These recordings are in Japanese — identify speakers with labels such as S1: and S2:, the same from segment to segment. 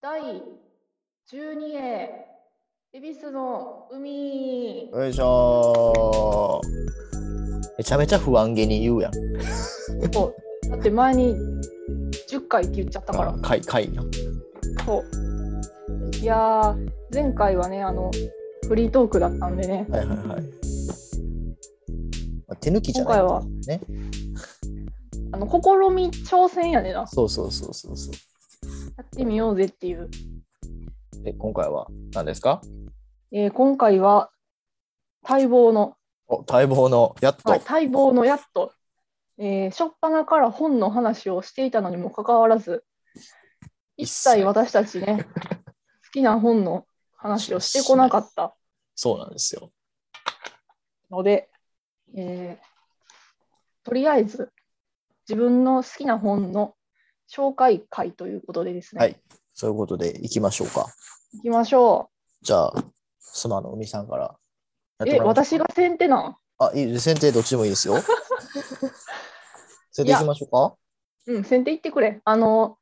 S1: 第12회恵比寿の海
S2: よいしょーめちゃめちゃ不安げに言うやん。
S1: そうだって前に10回って言っちゃったから、
S2: かいかいな。
S1: そういやー前回はねあのフリートークだったんでね
S2: はいはいはい。まあ、手抜きじゃ
S1: 今
S2: ない
S1: 回は
S2: ね。
S1: あの試み挑戦やねなや
S2: そうそうそうそうそう。
S1: ってみようぜっていう、
S2: え、今回は何ですか
S1: えー今回は待望の、
S2: お、待望の、やっと。
S1: はい、待望のやっと、えー、初っ端から本の話をしていたのにもかかわらず一切私たち ね好きな本の話をしてこなかった
S2: そうなんですよ。
S1: ので、えーとりあえず自分の好きな本の紹介会ということでですね、
S2: はいそういうことで、行きましょうか。
S1: 行きましょ
S2: じゃあ、妻の海さんからや
S1: う。
S2: って
S1: え、
S2: もらいまし
S1: 私
S2: ょ
S1: が先手なん
S2: う。あ、いいです。先手どっちでもいいで すよ。先
S1: い
S2: 手
S1: や
S2: 行きましょうか
S1: うん、先手行ってくれ。あの、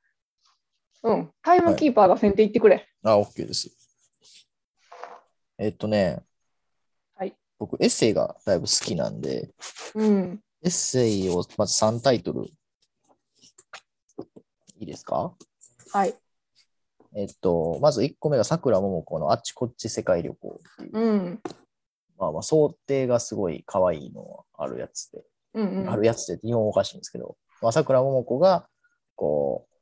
S1: うん、タイムキーパーが先手行ってくれ。
S2: あ、OK です。えっとね、
S1: はい
S2: 僕、エッセイがだいぶ好きなんで、
S1: うん、
S2: エッセイをまず3タイトル。いいですか
S1: はい。
S2: えっと、まず1個目がさくらももこのあっちこっち世界旅行っていう。
S1: うん、
S2: まあまあ、想定がすごい可愛いのはあるやつで。
S1: うん、うん。
S2: あるやつでって日本語おかしいんですけど、まあ、さくらももこが、こう、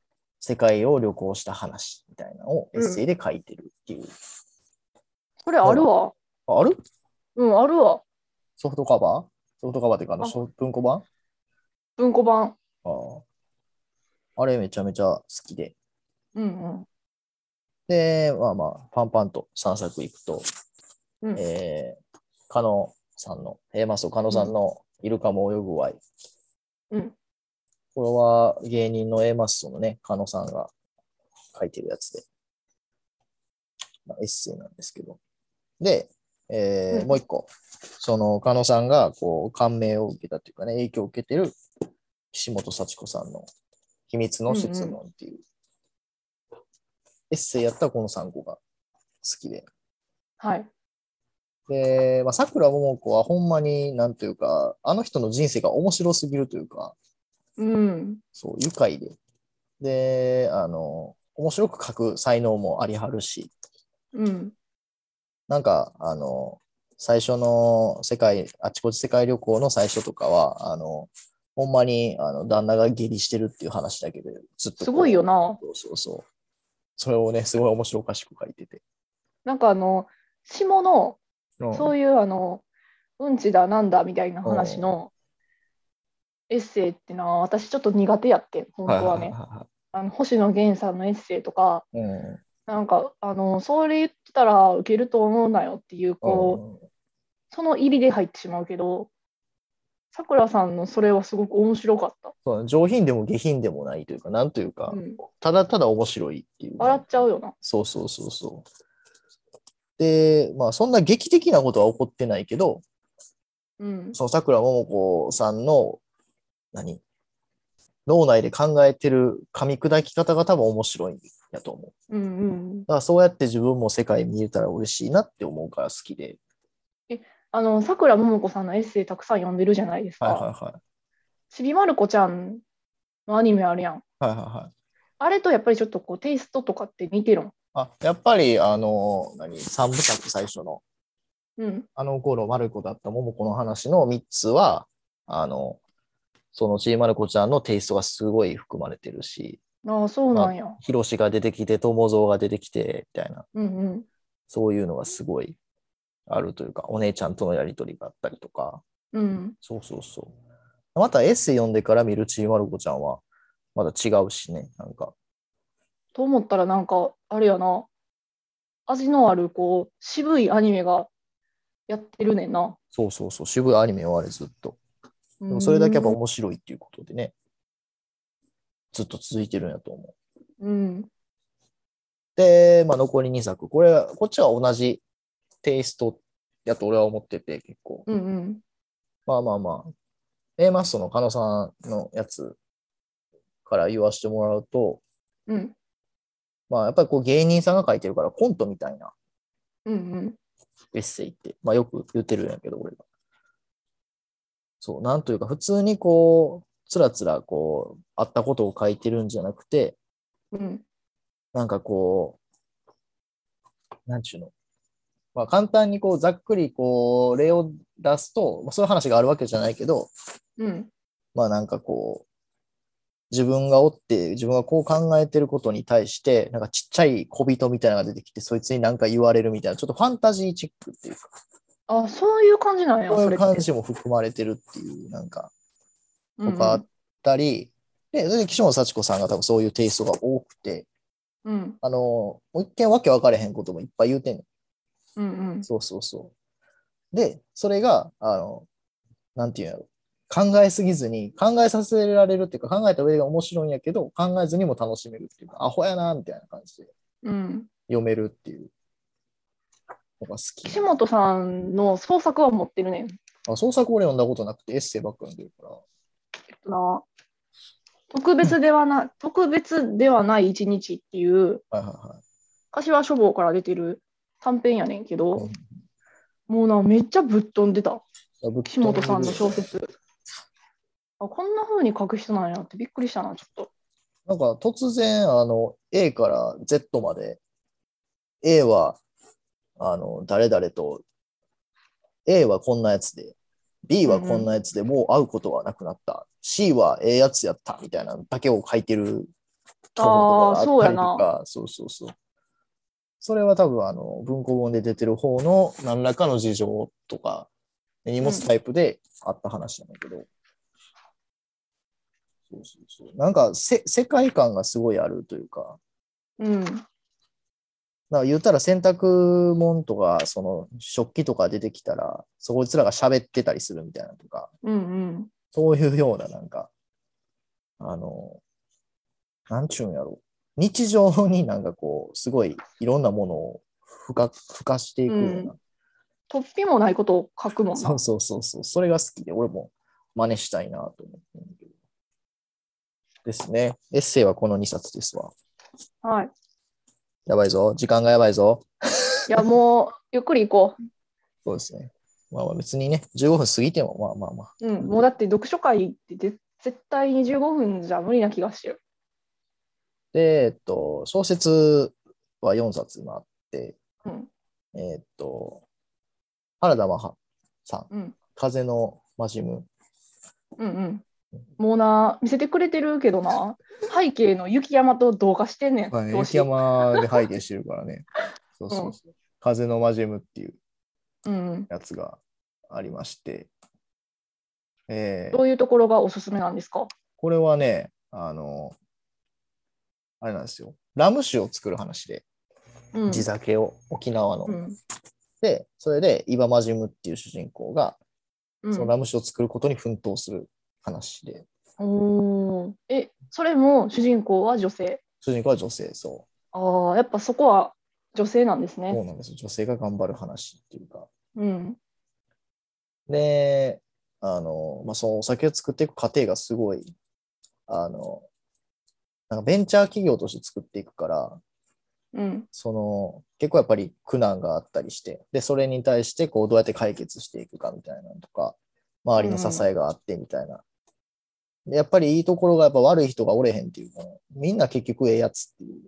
S2: 世界を旅行した話みたいなのをエッセイで書いてるっていう。
S1: これあるわ。
S2: あある
S1: うん、あるわ。
S2: ソフトカバーソフトカバーっていうか、あの、
S1: あ
S2: ショ文庫版
S1: 文庫版。
S2: あーあれめちゃめちゃ好きで。
S1: うん、
S2: で、まあまあ、パンパンと散策行くと、
S1: うん。うん、
S2: えー、加納さんの、えー、マスオ加納さんのイルカも泳ぐわい。
S1: うん。
S2: これは芸人の A マスオのね、加納さんが書いてるやつで、まあ、エッセイなんですけど。で、えー
S1: うん
S2: もう一個、その加納さんがこう感銘を受けたというかね、影響を受けてる岸本幸子さんの秘密の質問っていう、エッセイやったらこの3個が好きで。
S1: はい。
S2: で、まあ、さくらももこはほんまになんというか、あの人の人生が面白すぎるというか、
S1: うん、
S2: そう、愉快で。で、あの、面白く書く才能もありはるし、
S1: うん、
S2: なんか、あの、最初の世界、あちこち世界旅行の最初とかは、あの、ほんまにあの旦那が下痢してるっていう話だけで、ずっとこう。
S1: すごいよな。
S2: そうそうそう。それをね、すごい面白おかしく書いてて。
S1: なんかあの、下の、
S2: うん
S1: そういうあの、うんちだなんだみたいな話のエッセイってのは私ちょっと苦手やってん、本当はね。
S2: は
S1: あの星野源さんのエッセイとか、
S2: いはいはいはい
S1: なんかあのそれ言ってたら受けると思うなよっていう
S2: うん。
S1: こう、その入りで入ってしまうけどさくらさんのそれはすごく面白かった
S2: そうだね上品でも下品でもないというか、なんというか、
S1: うん
S2: ただただ面白いっていう。
S1: 笑っちゃうよな
S2: そうそうそうそう。で、まあ、そんな劇的なことは起こってないけど、
S1: うん
S2: そのさくらももこさんの、何脳内で考えてる噛み砕き方が多分面白いんやと思う。
S1: うんうん
S2: だからそうやって自分も世界見れたら嬉しいなって思うから好きで。
S1: あのさくらももこさんのエッセイたくさん読んでるじゃないですか、
S2: はいはいはい。
S1: ちびまる子ちゃんのアニメあるやん
S2: はいはいはい。
S1: あれとやっぱりちょっとこうテイストとかって似てるん
S2: あ、やっぱり、あの、何三部作最初の。
S1: うん
S2: あの頃、マルコだった桃子の話の3つは、あの、そのちいまる子ちゃんのテイストがすごい含まれてるし、
S1: ああそうなんや、
S2: ヒロシが出てきて、友蔵が出てきて、みたいな、
S1: うんうん
S2: そういうのがすごいあるというか、お姉ちゃんとのやりとりがあったりとか、
S1: うん
S2: そうそうそう。またエッセイ読んでから見るちいまる子ちゃんは、まだ違うしね、なんか、
S1: と思ったらなんかあれやな味のあるこう渋いアニメがやってるねんな。
S2: そうそうそう、渋いアニメはあれずっと。
S1: で
S2: でもそれだけやっぱ面白いっていうことでね、ずっと続いてるんやと思う。
S1: うん
S2: で、まあ、残り2作。これ、こっちは同じテイストやと俺は思ってて、結構。
S1: うんうん
S2: まあまあまあ。A マストの狩野さんのやつから言わせてもらうと、
S1: うん
S2: まあ、やっぱりこう芸人さんが書いてるからコントみたいな
S1: うんうん。
S2: エッセイって、まあ、よく言ってるんやけど、俺が。そう、なんというか、普通にこう、つらつらこう、あったことを書いてるんじゃなくて、
S1: うん。
S2: なんかこう、なんちゅうの。まあ、簡単にこう、ざっくりこう、例を出すと、まあ、そういう話があるわけじゃないけど、
S1: うん。
S2: まあなんかこう、自分がおって、自分がこう考えてることに対して、なんかちっちゃい小人みたいなのが出てきて、そいつに何か言われるみたいな、ちょっとファンタジーチックっていうか、
S1: あ、そういう感じなんや。
S2: そう
S1: それ
S2: いう
S1: って
S2: 感じも含まれてるっていう、なんか、
S1: う
S2: と
S1: ん
S2: かあったり、で、それで岸本幸子さんが多分そういうテイストが多くて、
S1: うん。うん
S2: あの、もう一見わけ分かれへんこともいっぱい言うてんねん
S1: うんうん。
S2: そうそうそう。で、それが、あの、なんていうんやろ。考えすぎずに、考えさせられるっていうか、考えた上が面白いんやけど、考えずにも楽しめるっていうか、アホやな、みたいな感じで
S1: うん。
S2: 読めるっていうのが好き。
S1: 岸本さんの創作は持ってるねん。
S2: あ創作俺読んだことなくて、エッセイばっか読んでるから。
S1: えっとな特別ではな、特別ではない一日っていう、
S2: はいはいはい。
S1: 柏書房から出てる短編やねんけど、
S2: うん
S1: もうな、めっちゃぶっ飛んでた。
S2: あぶっ飛
S1: 岸
S2: でる
S1: 本さんの小説。あこんな風に書く人なんやってびっくりしたな、ちょっと。
S2: なんか突然、あの、A から Z まで、A は、あの、誰々と、A はこんなやつで、B はこんなやつでもう会うことはなくなった、C はええやつやった、みたいなのだけを書いてるところとかがあったりとか、そうそうそう。それは多分、あの、文庫本で出てる方の何らかの事情とか、荷物タイプであった話なんだけど、そうそうそう。なんかせ、世界観がすごいあるというか、
S1: うん。
S2: なんか言ったら洗濯物とか、その食器とか出てきたら、そこいつらが喋ってたりするみたいなとか、
S1: うん
S2: そういうようななんか、あの、なんちゅうんやろ日常になんかこう、すごいいろんなものを付加付加していくような、
S1: うん突飛もないことを書くもん
S2: そ
S1: な
S2: う。そうそうそう、それが好きで、俺も真似したいなと思ってるんだけど。ですね。エッセイはこの2冊ですわ。
S1: はい。
S2: やばいぞ。時間がやばいぞ。
S1: いや、もう、ゆっくり行こ
S2: そうですね。まあまあ別にね、15分過ぎても、まあまあまあ。
S1: う。うん。もうだって読書会ってぜ絶対に15分じゃ無理な気がしてる。
S2: で、えっと、小説は4冊今あって、
S1: うん。
S2: えっと、原田真帆さん、
S1: うん。
S2: 風のマジム。
S1: うんうん。もうな、見せてくれてるけどな、背景の雪山と同化してんねん。
S2: はい、
S1: どうし
S2: 雪
S1: よ
S2: 山で背景してるからね。そうそうそう。風のマジムっていう
S1: ううん。
S2: やつがありまして、えー
S1: どういうところがおすすめなんですか
S2: これはね、あの、あれなんですよ。ラム酒を作る話で、
S1: うん。
S2: 地酒を、沖縄の。
S1: うん。
S2: で、それで、イバマジムっていう主人公が、
S1: うん
S2: そのラム酒を作ることに奮闘する話で、
S1: おーえ、それも主人公は女性。
S2: 主人公は女性、そ
S1: ああ、やっぱそこは女性なんです
S2: う。そう
S1: ね。
S2: なんですよ。女性が頑張る話っていうか。
S1: うん。
S2: で、あの、まあ、そのお酒を作っていく過程がすごい、あの、なんかベンチャー企業として作っていくから、
S1: うん。
S2: その、結構やっぱり苦難があったりして、で、それに対して、こう、どうやって解決していくかみたいなのとか、周りの支えがあってみたいな。でやっぱりいいところが、やっぱ悪い人がおれへんっていうか、みんな結局ええやつっていう。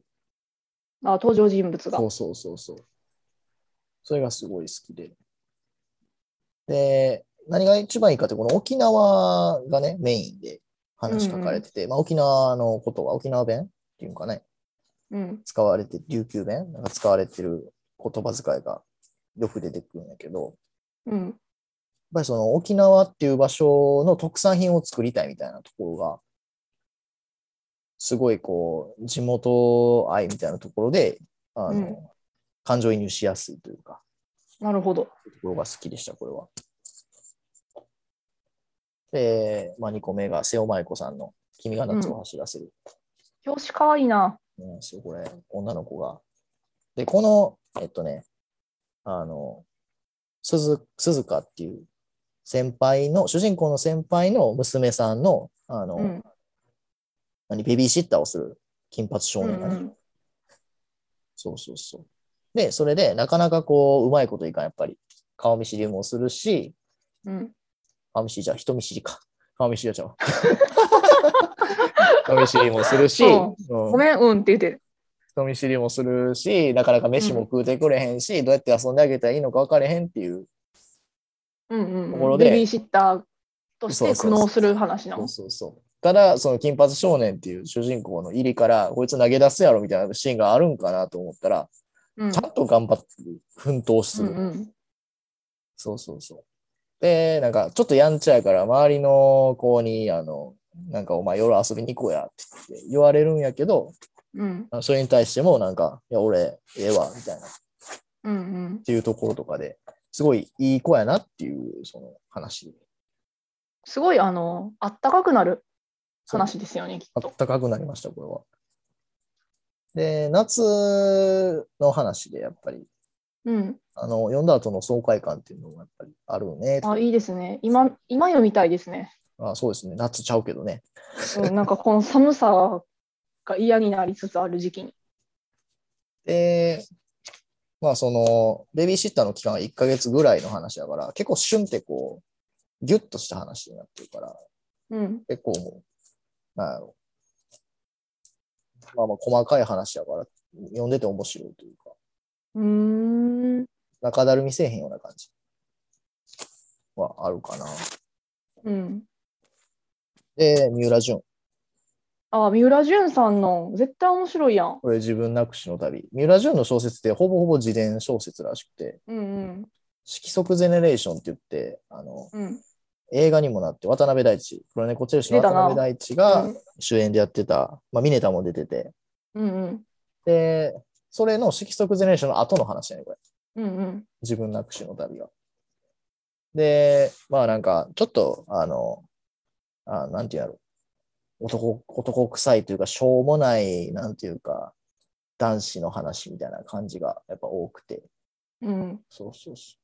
S1: あ登場人物が
S2: そ。うそうそうそう。それがすごい好きで。で、何が一番いいかって、この沖縄がね、メインで話書かれてて、まあ、沖縄のことは沖縄弁っていうんかね、
S1: うん。
S2: 使われて、琉球弁なんか使われてる言葉遣いがよく出てくるんやけど、や
S1: う
S2: っ
S1: ん。
S2: ぱりその沖縄っていう場所の特産品を作りたいみたいなところが、すごいこう、地元愛みたいなところで、あの、
S1: うん
S2: 感情移入しやすいというか、
S1: なるほど。
S2: ところが好きでした、これは。で、まあ、2個目が瀬尾舞子さんの君が夏を走らせる。
S1: 表紙かわいいな。
S2: なんですよ、これ、女の子が。で、この、えっとね、あの、鈴鈴鹿っていう先輩の、主人公の先輩の娘さんの、あの、
S1: うん。
S2: 何、ベビーシッターをする金髪
S1: う
S2: 少
S1: んう
S2: 年がね、
S1: ん。
S2: そうそうそう。で、それで、なかなかこう、うまいこといかん、やっぱり。顔見知りもするし、
S1: うん。
S2: 顔見知りじゃ、人見知りか。顔見知りはちゃう。人見知りもす るし、
S1: うん
S2: うん
S1: ごめん、うんって言ってる。
S2: 人見知りもするし、なかなか飯も食うてくれへんし、どうやって遊んであげたらいいのか分かれへんっていう。
S1: うんうん
S2: と
S1: う
S2: こ
S1: ん、
S2: ろで
S1: ベビーシッターとして苦悩する話な
S2: そ
S1: の
S2: う。そうそう。ただ、その金髪少年っていう主人公の入りから、こいつ投げ出すやろみたいなシーンがあるんかなと思ったら、
S1: うん
S2: ちゃんと頑張って奮闘す
S1: う
S2: る。
S1: んうん
S2: そうそうそう。で、なんか、ちょっとやんちゃやから、周りの子に、あの、なんか、お前夜遊びに行こうやって言って言われるんやけど、
S1: うん
S2: あのそれに対しても、なんか、いや、俺、ええわ、みたいな、っ
S1: うんうん。
S2: ていうところとかで、すごいいい子やなっていう、その話。
S1: すごい、あの、あったかくなる話ですよね、きっ
S2: あ
S1: と
S2: っ。たかくなりました、これは。で、夏の話で、やっぱり、
S1: うん。
S2: あの、読んだ後の爽快感っていうのもやっぱりあるね。
S1: あ、いいですね。今、今読みたいですね。
S2: あそうですね。夏ちゃうけどね。
S1: うん、なんかこの寒さが嫌になりつつある時期に。
S2: で、まあその、ベビーシッターの期間が1ヶ月ぐらいの話だから、結構シュンってこう、ギュッとした話になってるから、
S1: うん。
S2: 結構もう、なんやろまあまあ細かい話だから、読んでて面白いというか、
S1: うーん。
S2: 中だるみせえへんような感じはあるかな。
S1: うん。
S2: で、三浦淳。
S1: あ、三浦淳さんの絶対面白いやん。
S2: これ自分なくしの旅。三浦淳の小説ってほぼほぼ自伝小説らしくて、
S1: うん
S2: 色即ゼネレーションって言って、あの、
S1: うん。うん。
S2: 映画にもなって、渡辺大地、黒猫チェルシーの
S1: 出たな
S2: 渡辺大地
S1: う
S2: が
S1: ん
S2: 主演でやってた、まあ、ミネタも出てて、
S1: うんうん。
S2: で、それの色即ゼネレーションの後の話やね、これ。
S1: うんうん。
S2: 自分なくしの旅は。で、まあなんか、ちょっと、あの、あなんていうんやろ男、男臭いというか、しょうもない、なんていうか、男子の話みたいな感じがやっぱ多くて、
S1: うん
S2: そうそうそ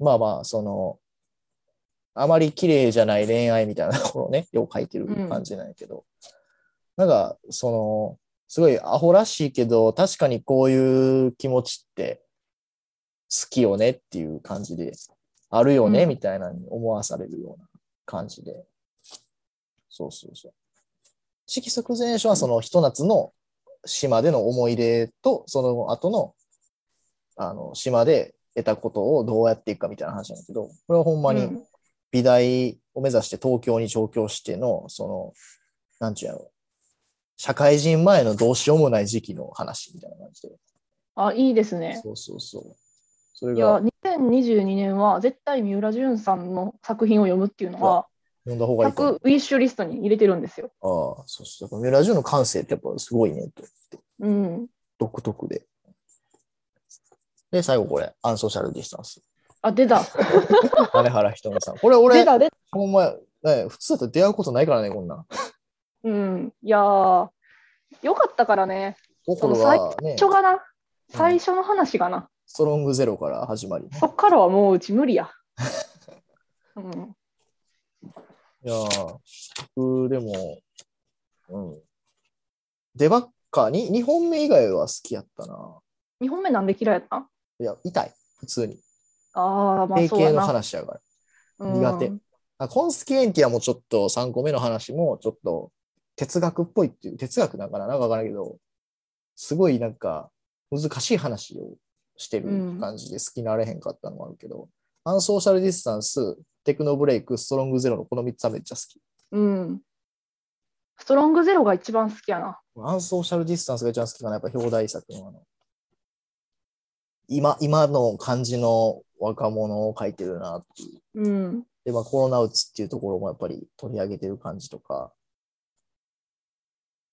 S2: う。まあまあ、その、あまり綺麗じゃない恋愛みたいなところをね、 よく書いてる感じなんやけど、なんか、その、すごいアホらしいけど、確かにこういう気持ちって好きよねっていう感じで、あるよね
S1: うん
S2: みたいなのに思わされるような感じで。そうそうそう。色即全書はそのひと夏の島での思い出と、その後のあの島で得たことをどうやっていくかみたいな話なんだけど、これはほんま
S1: う
S2: に
S1: ん
S2: 美大を目指して東京に上京しての、その、なんちゅうやろ社会人前のどうしようもない時期の話みたいな感じで。
S1: あ、いいですね。
S2: そうそうそう。それ
S1: いや、
S2: が
S1: 2022年は絶対三浦淳さんの作品を読むっていうのは、
S2: 読んだ方がいいと思う。
S1: 100ウィッシュリストに入れてるんですよ。
S2: ああ、そうそう。だからラジオの感性ってやっぱすごいねと。
S1: うん。
S2: 独特で。で、最後これ、アンソーシャルディスタンス。
S1: あ、出た。
S2: 金原ひとみさん。これ俺
S1: 出、た、出た。
S2: ほんま、ね、普通だと出会うことないからね、こんなん。
S1: うん。いやー、よかったからね。
S2: 心がね
S1: 一、緒がな。最初の話がな。
S2: ストロングゼロから始まり。
S1: そっからはもううち無理 や。うん。
S2: いやー僕でも、うん。出ばっかに、2本目以外は好きやったな。
S1: 2本目なんで嫌いやったん
S2: いや、痛い。普通に。
S1: ああ、まあ
S2: 定
S1: そうや
S2: 型の
S1: な。
S2: 話やから。
S1: うん
S2: 苦手あコンスキエンティアもちょっと3個目の話もちょっと哲学っぽいっていう、哲学だからなんかわからんけど、すごいなんか難しい話をしてる感じで好きになれへんかったのもあるけど、アンソーシャルディスタンス、テクノブレイク、ストロングゼロのこの3つはめっちゃ好き。
S1: うん。ストロングゼロが一番好きやな。
S2: アンソーシャルディスタンスが一番好きかな、やっぱ表題作のあの、今、今の感じの若者を書いてるなってい
S1: う
S2: う。
S1: ん。
S2: で、まあ、コロナうつっていうところもやっぱり取り上げてる感じとか、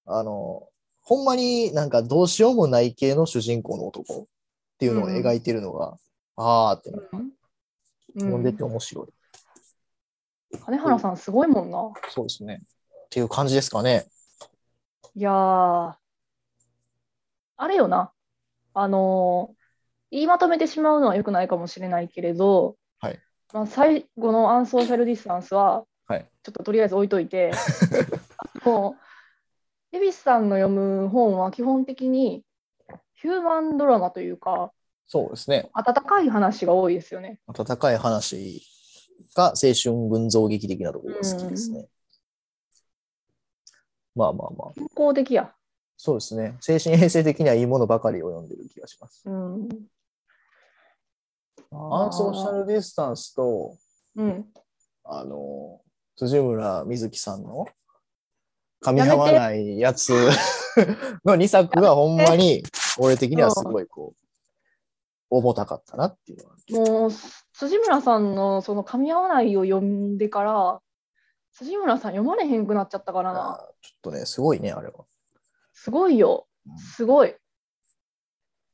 S2: あの、ほんまになんかどうしようもない系の主人公の男っていうのを描いてるのが、あーってな
S1: うん
S2: 読んでて面白い。
S1: 金原さんすごいもんな。
S2: そうですね。っていう感じですかね。
S1: いやーあれよな。あのー言いまとめてしまうのは良くないかもしれないけれど、
S2: はい
S1: まあ、最後のアンソーシャルディスタンスは、
S2: はい
S1: ちょっととりあえず置いとい て、もう、デビスさんの読む本は基本的にヒューマンドラマというか、
S2: そうですね。
S1: 温かい話が多いですよね。
S2: 温かい話が青春群像劇的なところが好きですね。まあまあまあ、
S1: 健康的や。
S2: そうですね。精神衛生的にはいいものばかりを読んでる気がします。
S1: うん。
S2: アンソーシャルディスタンスと、
S1: うん。
S2: あの、辻村瑞希さんの噛み合わないやつの2作がほんまに、俺的にはすごいこう、重たかったなっていうのは。
S1: もう辻村さんのその噛み合わないを読んでから辻村さん読まれへんくなっちゃったからな
S2: あーちょっとね、すごいね、あれは。
S1: すごいよ
S2: うん
S1: すごい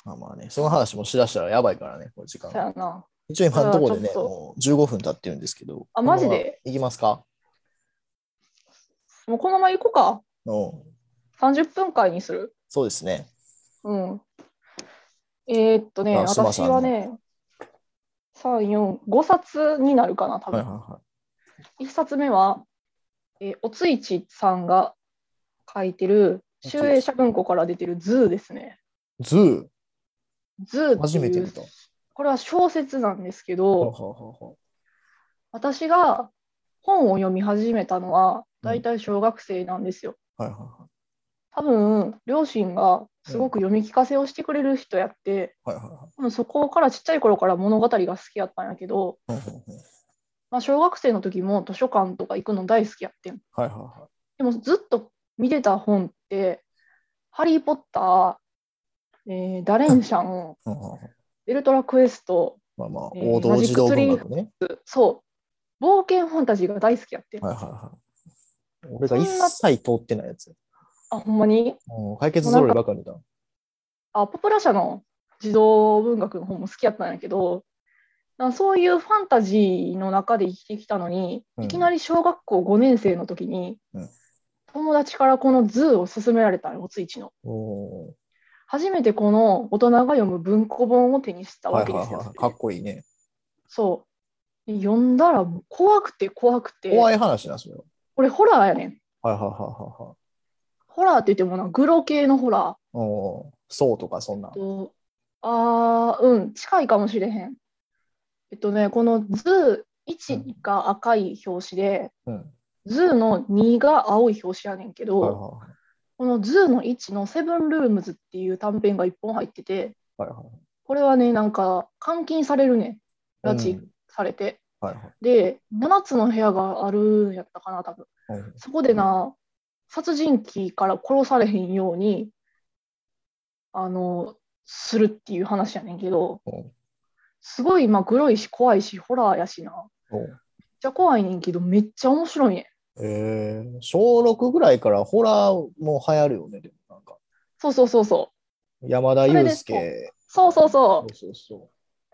S2: まあまあね、その話もしだしたらやばいからね、この時間
S1: そ。やな
S2: 一応今のところでね、
S1: それはち
S2: もう15分経ってるんですけど。
S1: あマジで
S2: このままいきますか
S1: もうこのまま行こ
S2: うん。
S1: うか30分間にする
S2: そうですね。
S1: うんえーっとね
S2: あすま
S1: 私
S2: さんの
S1: はね345冊になるかな多
S2: はい
S1: 分、
S2: はいは
S1: 1冊目は、えーおついちさんが書いてる集英社文庫から出てる「ズー」ですね
S2: い。ズー、
S1: 「ズー」っていう
S2: 初めて見た。
S1: これは小説なんですけど、
S2: はははは
S1: 私が本を読み始めたのは
S2: うん
S1: 大体小学生なんですよ。
S2: はいは
S1: 多分両親がすごく読み聞かせをしてくれる人やって、
S2: いはい。はいはいはい
S1: 多分そこからちっちゃい頃から物語が好きやったんやけど、
S2: うんうんうん
S1: まあ、小学生の時も図書館とか行くの大好きやってん
S2: はいはいは
S1: でもずっと見てた本って「ハリー・ポッター」えーダレンシャン」
S2: いうんうんう
S1: 「
S2: ん。
S1: ウルトラクエスト
S2: まあまあ、
S1: えー
S2: 王道児童文学ね。」
S1: そう冒険ファンタジーが大好きやってん、
S2: はいはいはい。俺が一切通ってないやつ。
S1: あほんまに
S2: うん、解決ぞろいばかりだ。
S1: あポプラ社の児童文学の本も好きやったんやけどなんかそういうファンタジーの中で生きてきたのに、
S2: うん
S1: いきなり小学校5年生の時に、
S2: うん
S1: 友達からこの「図」を勧められたよおついちの
S2: おー
S1: 初めてこの大人が読む文庫本を手にした
S2: は
S1: わ
S2: い
S1: けで
S2: はい
S1: すよ、
S2: はい。かっこいいね。
S1: そうで読んだらもう怖くて怖くて
S2: 怖い話なんですよ。
S1: これホラーやねん
S2: はいはいはいはいはい。
S1: ホラーって言ってもなグロ系のホラ
S2: おーそうとかそんな
S1: ー。とあーうん近いかもしれへんえっとねこの「図」1が赤い表紙で
S2: うん。
S1: 「図」の2が青い表紙やねんけど、
S2: はいは
S1: この「図」の1の「セブンルームズ」っていう短編が1本入ってて
S2: いはい。はいはい。
S1: これはねなんか監禁されるねん拉
S2: う
S1: 致
S2: ん
S1: されて、
S2: はいはい。
S1: で7つの部屋があるんやったかな多分
S2: うん
S1: そこでな、殺人鬼から殺されへんように、あの、するっていう話やねんけど
S2: うん、
S1: すごい、まあ、グロいし、怖いし、ホラーやしな。
S2: おー
S1: めっちゃ怖いねんけど、めっちゃ面白いねん。
S2: えー、小6ぐらいからホラーも流行るよね、でもなんか。
S1: そうそうそうそう。
S2: 山田裕介。
S1: そうそうそ。
S2: そうそ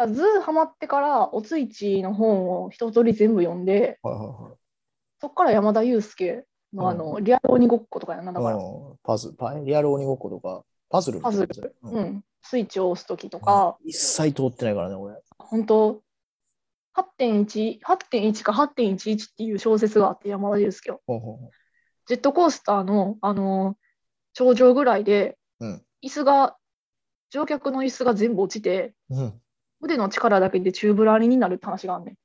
S2: う
S1: ずーハマってから、おついちの本を一通り全部読んで、
S2: う。はいは
S1: そっから山田裕介のあの、リアル鬼ごっことかやな、だ
S2: い
S1: か
S2: はい
S1: ら。
S2: うん。パズパリアル鬼ごっことか、パズルとか
S1: パズル、うん。スイッチを押すときとか、
S2: 一切通ってないからね、俺。
S1: 本当8.1 8.1か8.11っていう小説があって山田裕介は
S2: ほうほうほ
S1: ジェットコースターの、あのー頂上ぐらいで、
S2: うん
S1: 椅子が乗客の椅子が全部落ちて
S2: ううん。
S1: 腕の力だけで宙ぶらりんになるって話があん ねん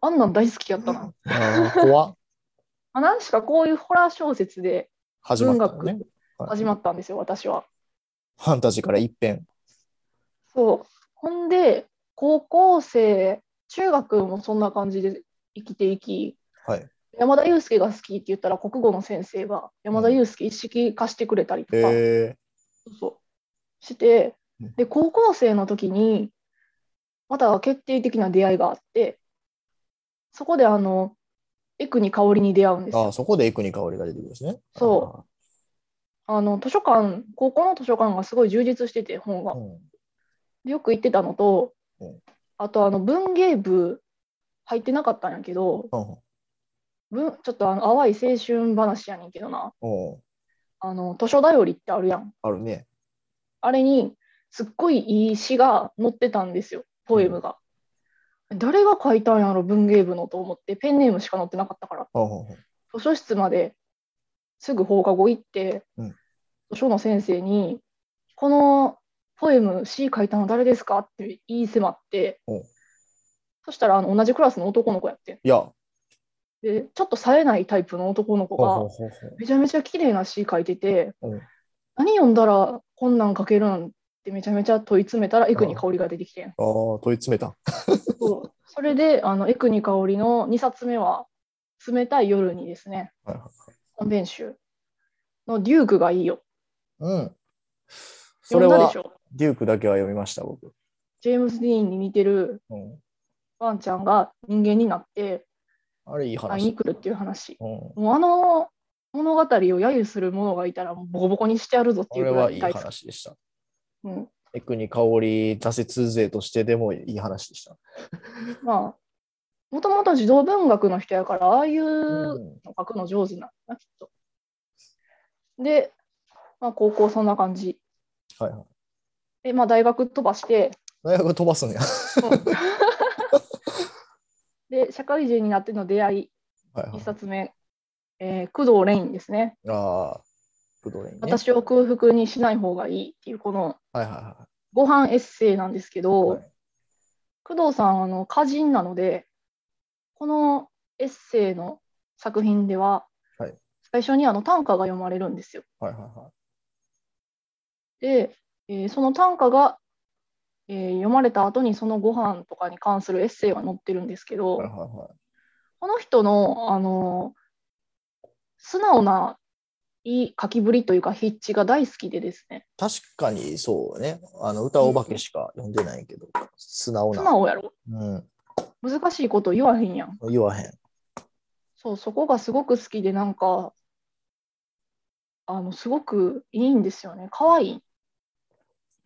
S1: あんなん大好きやったな
S2: あー怖っ
S1: あ何しかこういうホラー小説で
S2: 始まったのね。はい
S1: 始まったんですよ私は
S2: ファンタジーから一変。
S1: そうほんで高校生中学もそんな感じで生きていき
S2: はい。
S1: 山田裕介が好きって言ったら国語の先生が山田裕介一式貸してくれたりとか、
S2: え
S1: そうそうして
S2: うん
S1: で高校生の時にまた決定的な出会いがあってそこであのエクに香りに出会うんです
S2: ー、あー
S1: よ
S2: そこでエクに香りが出てくるんですね。
S1: そあの図書館高校の図書館がすごい充実してて本が
S2: う。うん
S1: でよく行ってたのと
S2: うん
S1: あとあの文芸部入ってなかったんやけど
S2: うん
S1: 文ちょっとあの淡い青春話やねんけどな
S2: おー
S1: あの図書頼りってあるやん
S2: あるね。
S1: あれにすっごいいい詩が載ってたんですよ、ポエムが。誰が書いたんやろ、文芸部のと思って、ペンネームしか載ってなかったから、
S2: ほうほうほう
S1: 図書室まですぐ放課後行って、
S2: うん
S1: 図書の先生に、このポエム C 書いたの誰ですかって言い迫って
S2: うん、
S1: そしたらあの同じクラスの男の子やって
S2: いや、ほ
S1: んで、ちょっと冴えないタイプの男の子
S2: うほう
S1: が、
S2: ほうほう
S1: めちゃめちゃ綺麗な詩書いてて、
S2: うん
S1: 何読んだらこんなん書けるんってめちゃめちゃ問い詰めたらエクニ香りが出てきてん、
S2: あー問い詰めた。
S1: そうそれであのエクニ香りの2冊目は「冷たい夜に」ですね
S2: はいはい
S1: 本編集の「デュークがいいよ
S2: うん。」そ
S1: 読
S2: れ
S1: んだ
S2: は
S1: でし、ょ
S2: デュークだけは読みました、僕。
S1: ジェームス・ディーンに似てる
S2: うん、
S1: ワンちゃんが人間になって
S2: あれ、いい
S1: 会いに
S2: 話。
S1: 来るっていう話
S2: うん、
S1: もうあの物語を揶揄する者がいたらもうボコボコにしてやるぞって
S2: こ
S1: いう
S2: れ
S1: ぐら
S2: はいい
S1: い大好き、
S2: 話でした。
S1: うん、
S2: エクに香り、挫折勢としてでもいい話でした。
S1: まあ、もともと児童文学の人やから、ああいう
S2: う
S1: の
S2: ん、
S1: 書くの上手なんだな、きっと。で、まあ、高校そんな感じ。
S2: はいはい。
S1: で、まあ、大学飛ばして、
S2: 大学飛ばすんや。
S1: で、社会人になっての出会い、
S2: はいは
S1: 一
S2: い。
S1: 冊目、えー工藤レインですね。
S2: ああ、ブドウレインね。
S1: 私を空腹にしない方がいいっていう、この
S2: はいはいは
S1: ご飯エッセイなんですけど、
S2: はい
S1: 工藤さん、あの、歌人なので、このエッセイの作品では、
S2: はい
S1: 最初にあの短歌が読まれるんですよ。
S2: い。はいはいは
S1: で、えーその短歌が、えー読まれた後にそのご飯とかに関するエッセイが載ってるんですけど、
S2: い。はいはいはい。
S1: この人の、あのー素直ないい書きぶりというか筆致が大好きでですね
S2: 確かにそうね。あの、歌お化けしか読んでないけど、素直
S1: 素
S2: な。
S1: 直やろ
S2: うん。
S1: 難しいこと言わへんやん
S2: 言わへん。
S1: そうそこがすごく好きでなんかあのすごくいいんですよね可愛い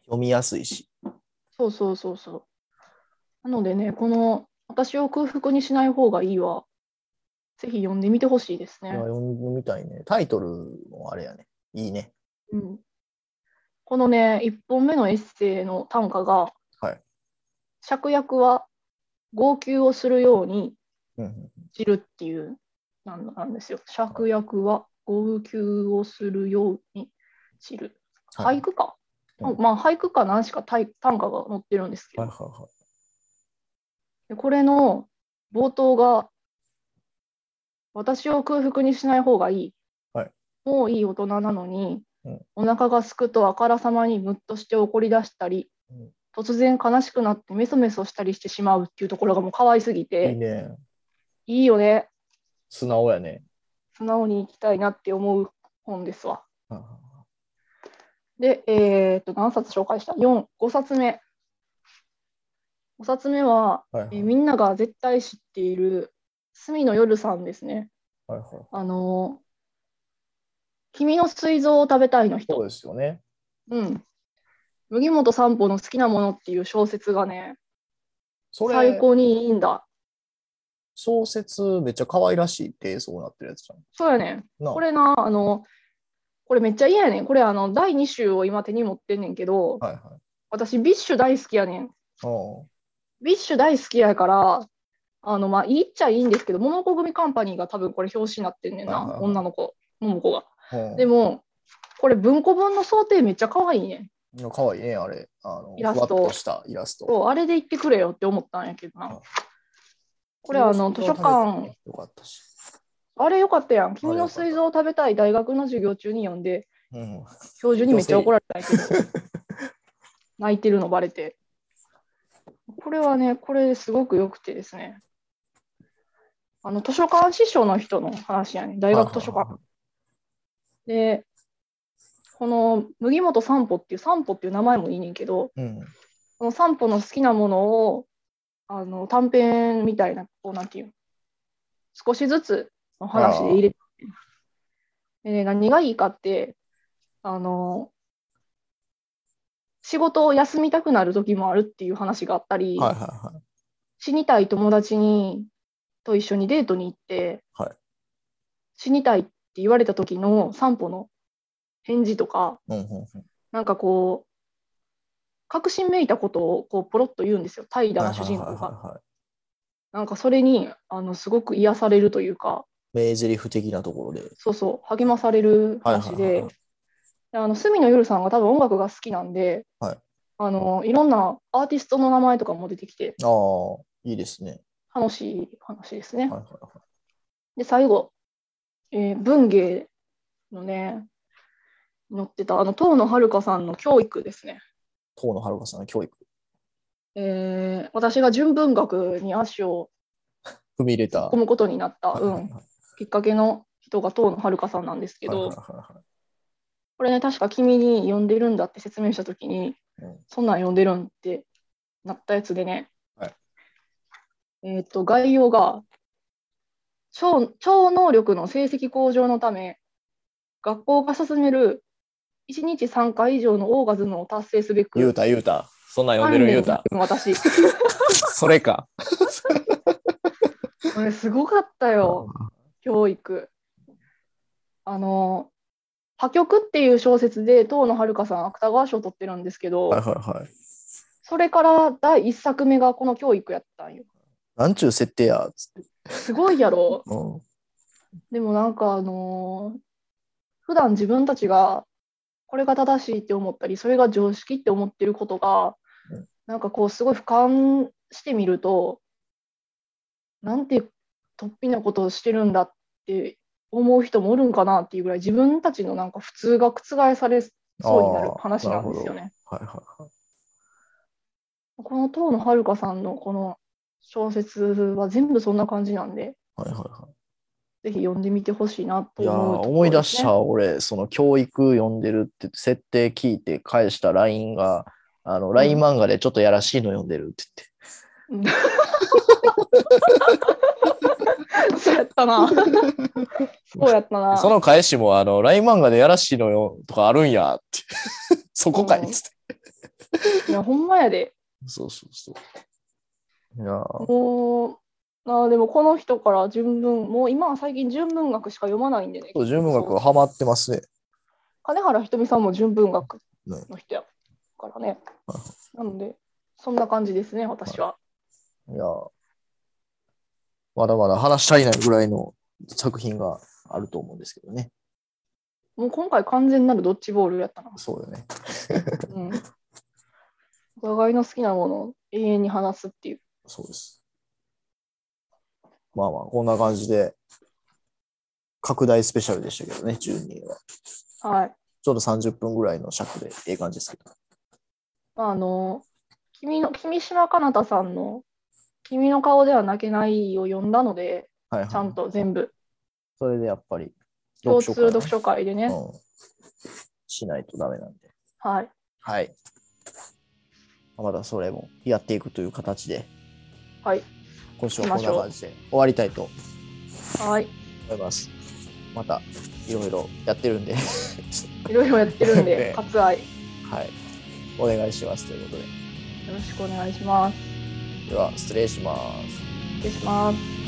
S2: 読みやすいし。
S1: そうそうそうそうなのでねこの「私を空腹にしない方がいいわ」ぜひ読んでみてほしいです
S2: い
S1: ね
S2: や、。読んでみたいね。タイトルもあれやね。いいね。
S1: うんこのね、1本目のエッセイの短歌が、
S2: はい
S1: 芍薬は号泣をするように
S2: うんうん。
S1: 散るっていうなんなんですよ。芍薬は号泣をするように散る。
S2: はい
S1: 俳句か、
S2: うん
S1: まあ俳句か何しか短短歌が載ってるんですけど、
S2: はいはいはい。
S1: でこれの冒頭が「私を空腹にしない方がいい」
S2: はい
S1: もういい大人なのに、
S2: うん
S1: お腹がすくとあからさまにムッとして怒り出したり、
S2: うん
S1: 突然悲しくなってメソメソしたりしてしまうっていうところがもう可愛すぎ
S2: いい
S1: て
S2: ね。
S1: いいよね
S2: 素直やね。
S1: 素直に生きたいなって思う本ですわ。
S2: はいはい
S1: で、えーっと何冊紹介した ?4、5冊目。5冊目は、
S2: はいはい
S1: えーみんなが絶対知っている隅野夜さんですね。
S2: はいはい。
S1: あの君の膵臓を食べたいの
S2: そう
S1: 人、
S2: ですよね。
S1: うん、麦本散歩の好きなものっていう小説がね、
S2: そ
S1: 最
S2: れ、
S1: 高にいいんだ。
S2: 小説めっちゃ可愛らしいってそうなってるやつじゃん。
S1: そうやねん。
S2: なあ
S1: これな、あの、これめっちゃ嫌やねん。これあの、第2週を今手に持ってんねんけど、
S2: はいはい。
S1: 私、ビッシュ大好きやねん。
S2: うん
S1: ビッシュ大好きやから、あの、まあ、言っちゃいいんですけど、桃子組カンパニーが多分これ表紙になってんねん
S2: はいはい
S1: な、
S2: はい
S1: 女の子、桃子が。
S2: うん
S1: でも、これ文庫本の想定めっちゃ可愛いねん。
S2: いや可愛いね、あれ。あの
S1: イラスト
S2: ふわっとしたイラスト。
S1: そうあれで行ってくれよって思ったんやけどな。これあ
S2: は
S1: の図書館、。
S2: よかったし。
S1: あれよかったやん。君の膵臓を食べたい大学の授業中に読んで、
S2: うん。
S1: 教授にめっちゃ怒られたんやけど、 泣いてるのバレて。これはね、これすごく良くてですね。あの図書館師匠の人の話やね。大学図書
S2: はいはい
S1: 館。で、この麦本散歩っていう、散歩っていう名前もいいねんけど、
S2: うん。
S1: その散歩の好きなものをあの短編みたいな、こうなんていうの少しずつの話で入れて、でね何がいいかって、あの、仕事を休みたくなる時もあるっていう話があったり、
S2: はいはいはい。
S1: 死にたい友達にと一緒にデートに行って、
S2: はい
S1: 死にたいって言われた時の散歩の返事とか、
S2: うんうんうん
S1: なんかこう、確信めいたことをこうポロッと言うんですよ、怠惰な主人公
S2: はいはい
S1: が。
S2: はいはい
S1: なんかそれにあのすごく癒されるというか、
S2: 名台詞的なところで。
S1: そうそう、励まされる
S2: はい
S1: 話
S2: はいはい
S1: で
S2: はい、
S1: であの隅野夜さんが多分音楽が好きなんで、
S2: はい
S1: あのいろんなアーティストの名前とかも出てきて
S2: ああ、いいですね。
S1: 楽しい話ですね。
S2: はいはいはい。
S1: で最後、えー文芸のね載ってたあの遠野遥さんの教育ですね。
S2: 遠野遥さんの教育。
S1: えー私が純文学に足を
S2: 踏み入れた。
S1: 込むことになった、う
S2: はい
S1: ん、きっかけの人が遠野遥さんなんですけ
S2: はいはいはい
S1: ど、
S2: はいはい
S1: これね確か君に読んでるんだって説明した時に、
S2: うん
S1: そんなん読んでるんってなったやつでね、
S2: はい
S1: えっ、と概要が超超能力の成績向上のため学校が進める1日3回以上のオーガズムを達成すべく
S2: 言うた言うた。そんなん読んでる言うた。
S1: 観念私
S2: それか。
S1: これすごかったよ教育あの「破局」っていう小説で遠野遥さん芥川賞を取ってるんですけど、
S2: はいはいはい。
S1: それから第一作目がこの教育やったんよ。
S2: なんちゅう設定や。つって。
S1: すごいやろ。
S2: うん。
S1: でもなんかあのー普段自分たちがこれが正しいって思ったりそれが常識って思ってることが
S2: うん
S1: なんかこうすごい俯瞰してみるとなんて突飛なことをしてるんだって思う人もおるんかなっていうぐらい自分たちのなんか普通が覆されそうになる話なんですよね。
S2: はいはいはい。
S1: この遠野遥さんのこの小説は全部そんな感じなんで、
S2: はいはいは
S1: ぜひ読んでみてほしいなと
S2: い、いやー
S1: 思うとこ
S2: 思
S1: ろ
S2: い出
S1: で
S2: し
S1: すね、
S2: た、俺、その教育読んでるって、設定聞いて返した LINE が、あの、LINE 漫画でちょっとやらしいの読んでるって
S1: うん。そうやった な。そうやった
S2: 言って、
S1: な。
S2: その返しも、あの、LINE 漫画でやらしいのよとかあるんやって、 そこかいっつって。
S1: いや、ほんまやで。
S2: そうそうそう。いやー
S1: もう、あーでもこの人から純文、もう今は最近純文学しか読まないんでね。
S2: そう、純文学
S1: そう
S2: はハマってますね。
S1: 金原ひとみさんも純文学
S2: ね
S1: の人やからね
S2: は。
S1: なので、そんな感じですね、私は。
S2: いやーまだまだ話し足りないぐらいの作品があると思うんですけどね。
S1: もう今回完全なるドッジボールやったな。
S2: そうよね。
S1: うん、お互いの好きなものを永遠に話すっていう。
S2: そうです。まあまあ、こんな感じで、拡大スペシャルでしたけどね、12人は。
S1: はい。
S2: ちょうど30分ぐらいの尺で、ええ感じですけど。
S1: まあ、あの、君の、君島かなたさんの、君の顔では泣けないを読んだので、
S2: はいはい。
S1: ちゃんと全部、
S2: それでやっぱり、
S1: 共通
S2: 会
S1: 読書会でね。
S2: うん、しないとダメなんで。
S1: はい。
S2: はい。まだそれもやっていくという形で、
S1: はい。
S2: 今週はこんな感じで終わりたいと
S1: はい。
S2: 思います。またいろいろやってるんで、
S1: いろいろやってるん
S2: ね
S1: で、割愛、
S2: はい。お願いしますということで。
S1: よろしくお願いします。
S2: では、失礼します。
S1: 失礼します。